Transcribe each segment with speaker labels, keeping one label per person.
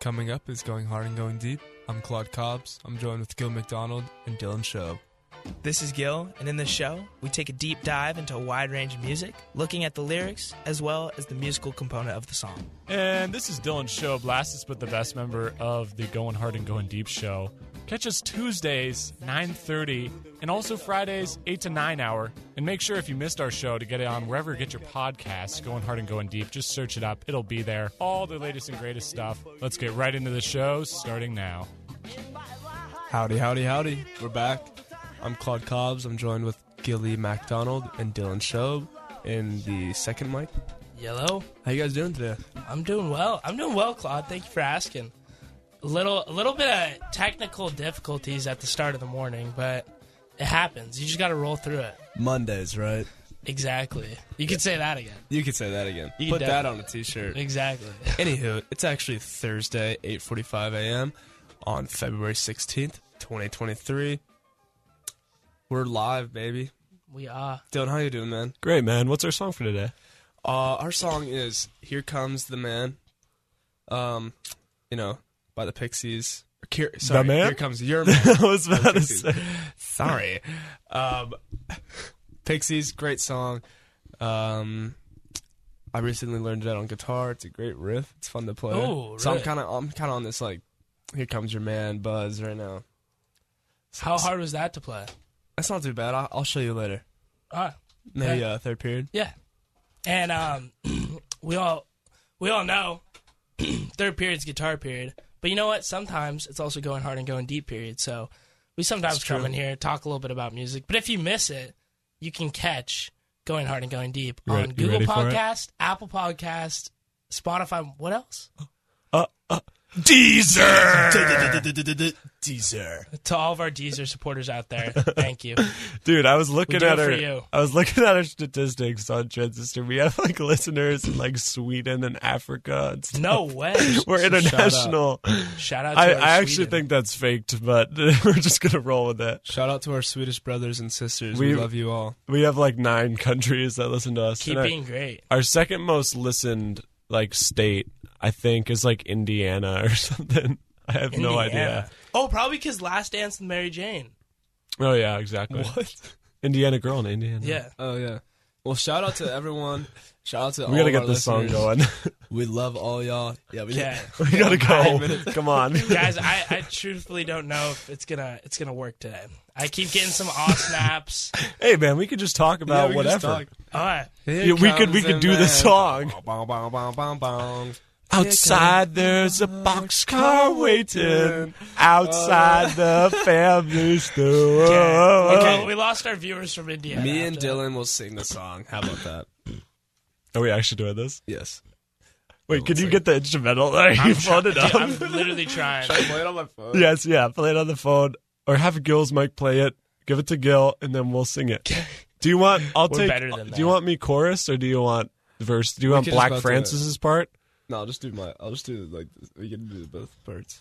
Speaker 1: Coming up is Going Hard and Going Deep. I'm Claude Cobbs. I'm joined with Gil McDonald and Dylan Show.
Speaker 2: This is Gil, and in this show, we take a deep dive into a wide range of music, looking at the lyrics as well as the musical component of the song.
Speaker 3: And this is Dylan Show, Blastus, but the best member of the Going Hard and Going Deep show. Catch us Tuesdays, 9.30, and also Fridays, 8 to 9 hour. And make sure if you missed our show to get it on wherever you get your podcasts, Going Hard and Going Deep, just search it up. It'll be there. All the latest and greatest stuff. Let's get right into the show, starting now.
Speaker 1: Howdy, howdy, howdy. We're back. I'm Claude Cobbs. I'm joined with Gilly MacDonald and Dylan Show in the second mic.
Speaker 2: Yellow,
Speaker 1: How you guys doing today?
Speaker 2: I'm doing well. I'm doing well, Claude. Thank you for asking. A little, a little bit of technical difficulties at the start of the morning, but it happens. You just got to roll through it.
Speaker 1: Mondays, right?
Speaker 2: Exactly. You could say that again.
Speaker 1: You could say that again.
Speaker 2: You
Speaker 1: Put
Speaker 2: can
Speaker 1: that on a t-shirt.
Speaker 2: Exactly.
Speaker 1: Anywho, it's actually Thursday, 8:45 a.m. on February 16th, 2023. We're live, baby.
Speaker 2: We are.
Speaker 1: Dylan, how you doing, man?
Speaker 4: Great, man. What's our song for today?
Speaker 1: Uh, our song is "Here Comes the Man," um, you know, by the Pixies. Here, sorry,
Speaker 4: Man?
Speaker 1: Here comes your man.
Speaker 4: I was about to
Speaker 1: Pixies.
Speaker 4: say.
Speaker 1: sorry, um, Pixies, great song. Um, I recently learned it on guitar. It's a great riff. It's fun to play.
Speaker 2: Oh,
Speaker 1: So I'm
Speaker 2: really?
Speaker 1: kind of I'm kind of on this like "Here Comes Your Man" buzz right now.
Speaker 2: How hard was that to play?
Speaker 1: That's not too bad. I'll, I'll show you later.
Speaker 2: Ah,
Speaker 1: Maybe
Speaker 2: Yeah.
Speaker 1: uh, third period.
Speaker 2: Yeah. And um, we all we all know third period's guitar period. But you know what? Sometimes it's also going hard and going deep period. So we sometimes come in here, talk a little bit about music. But if you miss it, you can catch going hard and going deep
Speaker 4: You
Speaker 2: on
Speaker 4: ready- you
Speaker 2: Google
Speaker 4: ready for it?
Speaker 2: Podcast, Apple Podcast, Spotify. What else?
Speaker 4: Deezer. Deezer.
Speaker 2: To all of our Deezer supporters out there, thank you.
Speaker 4: Dude, I was looking
Speaker 2: do
Speaker 4: at
Speaker 2: it for
Speaker 4: our
Speaker 2: you.
Speaker 4: I was looking at our statistics on Transistor. We have like listeners in like Sweden and Africa. and stuff.
Speaker 2: No way.
Speaker 4: We're international.
Speaker 2: Shout out to
Speaker 4: I,
Speaker 2: our
Speaker 4: I actually
Speaker 2: Sweden.
Speaker 4: think that's faked, but we're just gonna roll with it.
Speaker 1: Shout out to our Swedish brothers and sisters. We,
Speaker 4: We-
Speaker 1: love you all.
Speaker 4: We have like nine countries that listen to us.
Speaker 2: keep
Speaker 4: And our-
Speaker 2: being great.
Speaker 4: our second most listened like state, I think, is like Indiana or something. I have no idea.
Speaker 2: Indiana. Oh, probably because Last Dance with Mary Jane.
Speaker 4: Oh yeah, exactly.
Speaker 1: What?
Speaker 4: Indiana girl in Indiana.
Speaker 2: Yeah.
Speaker 1: Oh yeah. Well, shout out to everyone. Shout out to
Speaker 4: We
Speaker 1: all
Speaker 4: gotta
Speaker 1: of
Speaker 4: get
Speaker 1: our
Speaker 4: this song
Speaker 1: listeners.
Speaker 4: going.
Speaker 1: We love all y'all. Yeah, we
Speaker 2: Yeah.
Speaker 4: we gotta
Speaker 1: Five
Speaker 4: go. Come on.
Speaker 2: guys I, I truthfully don't know if it's gonna it's gonna work today i keep getting some off snaps
Speaker 4: Hey man, we could just talk about whatever.
Speaker 2: all right
Speaker 4: Yeah, we could we could do the song.
Speaker 1: Bong, bong, bong, bong, bong.
Speaker 4: Outside there's a boxcar waiting. Outside the family store. oh,
Speaker 2: okay we lost our viewers from india
Speaker 1: Me and
Speaker 2: after
Speaker 1: Dylan will sing the song. How about that?
Speaker 4: Are we actually doing this?
Speaker 1: Yes.
Speaker 4: Wait, can you get the instrumental? Are you pulling it
Speaker 2: that.
Speaker 4: up?
Speaker 2: Dude, i'm literally trying
Speaker 1: play it on my phone.
Speaker 4: Yes, yeah. Play it on the phone or have Gil's mic play it. Give it to Gil and then we'll sing it. Do you want? I'll
Speaker 2: We're
Speaker 4: take.
Speaker 2: better than
Speaker 4: do you
Speaker 2: that.
Speaker 4: want me chorus or do you want verse? Do you want
Speaker 1: could just
Speaker 4: Black
Speaker 1: both do it.
Speaker 4: Francis's part?
Speaker 1: No, I'll just do my. I'll just do like this. we can do both parts.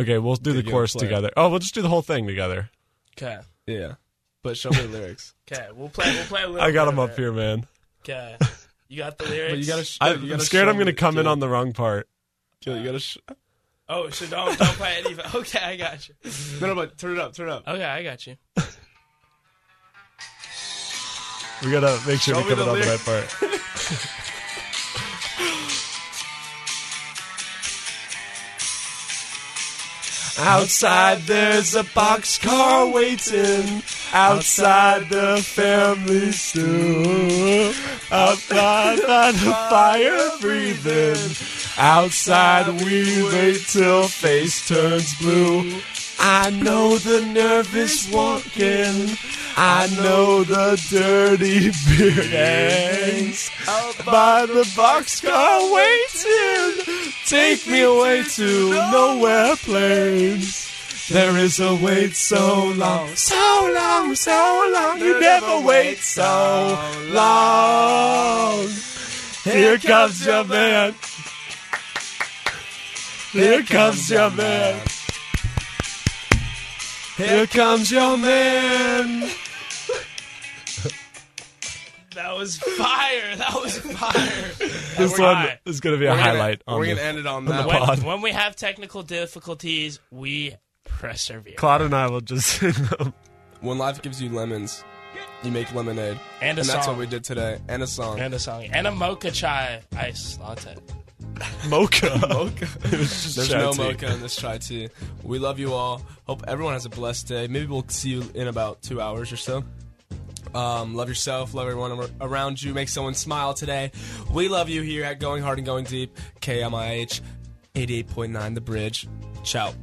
Speaker 4: Okay, we'll do
Speaker 1: Yeah,
Speaker 4: the
Speaker 1: Gil,
Speaker 4: chorus
Speaker 1: play it.
Speaker 4: together. Oh, we'll just do the whole thing together.
Speaker 2: okay
Speaker 1: Yeah, but show me the lyrics.
Speaker 2: okay we'll play we'll play a little
Speaker 4: I got
Speaker 2: bit
Speaker 4: him
Speaker 2: of
Speaker 4: up here, man.
Speaker 2: it. okay you got the lyrics
Speaker 1: But you gotta. Sh-
Speaker 4: I,
Speaker 1: you
Speaker 4: I'm
Speaker 1: gotta
Speaker 4: scared
Speaker 1: show
Speaker 4: I'm going to
Speaker 1: me-
Speaker 4: come in
Speaker 1: Gil,
Speaker 4: on the wrong part.
Speaker 1: Gil, you gotta. Sh-
Speaker 2: oh so don't don't play it even okay i got you
Speaker 1: no, no, but turn it up. Turn it up.
Speaker 2: okay i got you
Speaker 4: We got to make sure
Speaker 1: Show
Speaker 4: we
Speaker 1: me
Speaker 4: come in
Speaker 1: the
Speaker 4: on the right
Speaker 1: lyrics.
Speaker 4: part. Outside there's a boxcar waiting. Outside the family stew. Outside by the fire breathing. Outside we wait till face turns blue. I know the nervous walking. I know the dirty bearings. By the boxcar waiting. Take me away to nowhere plains. There is a wait so long, so long, so long. You never wait so long. Here comes your man. Here comes your man. Here comes your man.
Speaker 2: that was fire. That was fire.
Speaker 4: This
Speaker 2: we're-
Speaker 4: one is going to be a
Speaker 1: We're gonna-
Speaker 4: highlight on
Speaker 1: We're
Speaker 4: the
Speaker 1: gonna end it on that.
Speaker 4: pod.
Speaker 2: when, when we have technical difficulties, we persevere.
Speaker 4: Claude and I will just sing them.
Speaker 1: When life gives you lemons, you make lemonade,
Speaker 2: And a
Speaker 1: that's
Speaker 2: song.
Speaker 1: what we did today. And a song.
Speaker 2: and a song. And a mocha chai ice latte.
Speaker 4: Mocha.
Speaker 1: mocha. There's
Speaker 4: chai
Speaker 1: no
Speaker 4: tea.
Speaker 1: mocha in this chai tea. We love you all. Hope everyone has a blessed day. Maybe we'll see you in about two hours or so. Um, love yourself. Love everyone ar- around you. Make someone smile today. We love you here at Going Hard and Going Deep. KMIH 88.9 The Bridge. Ciao.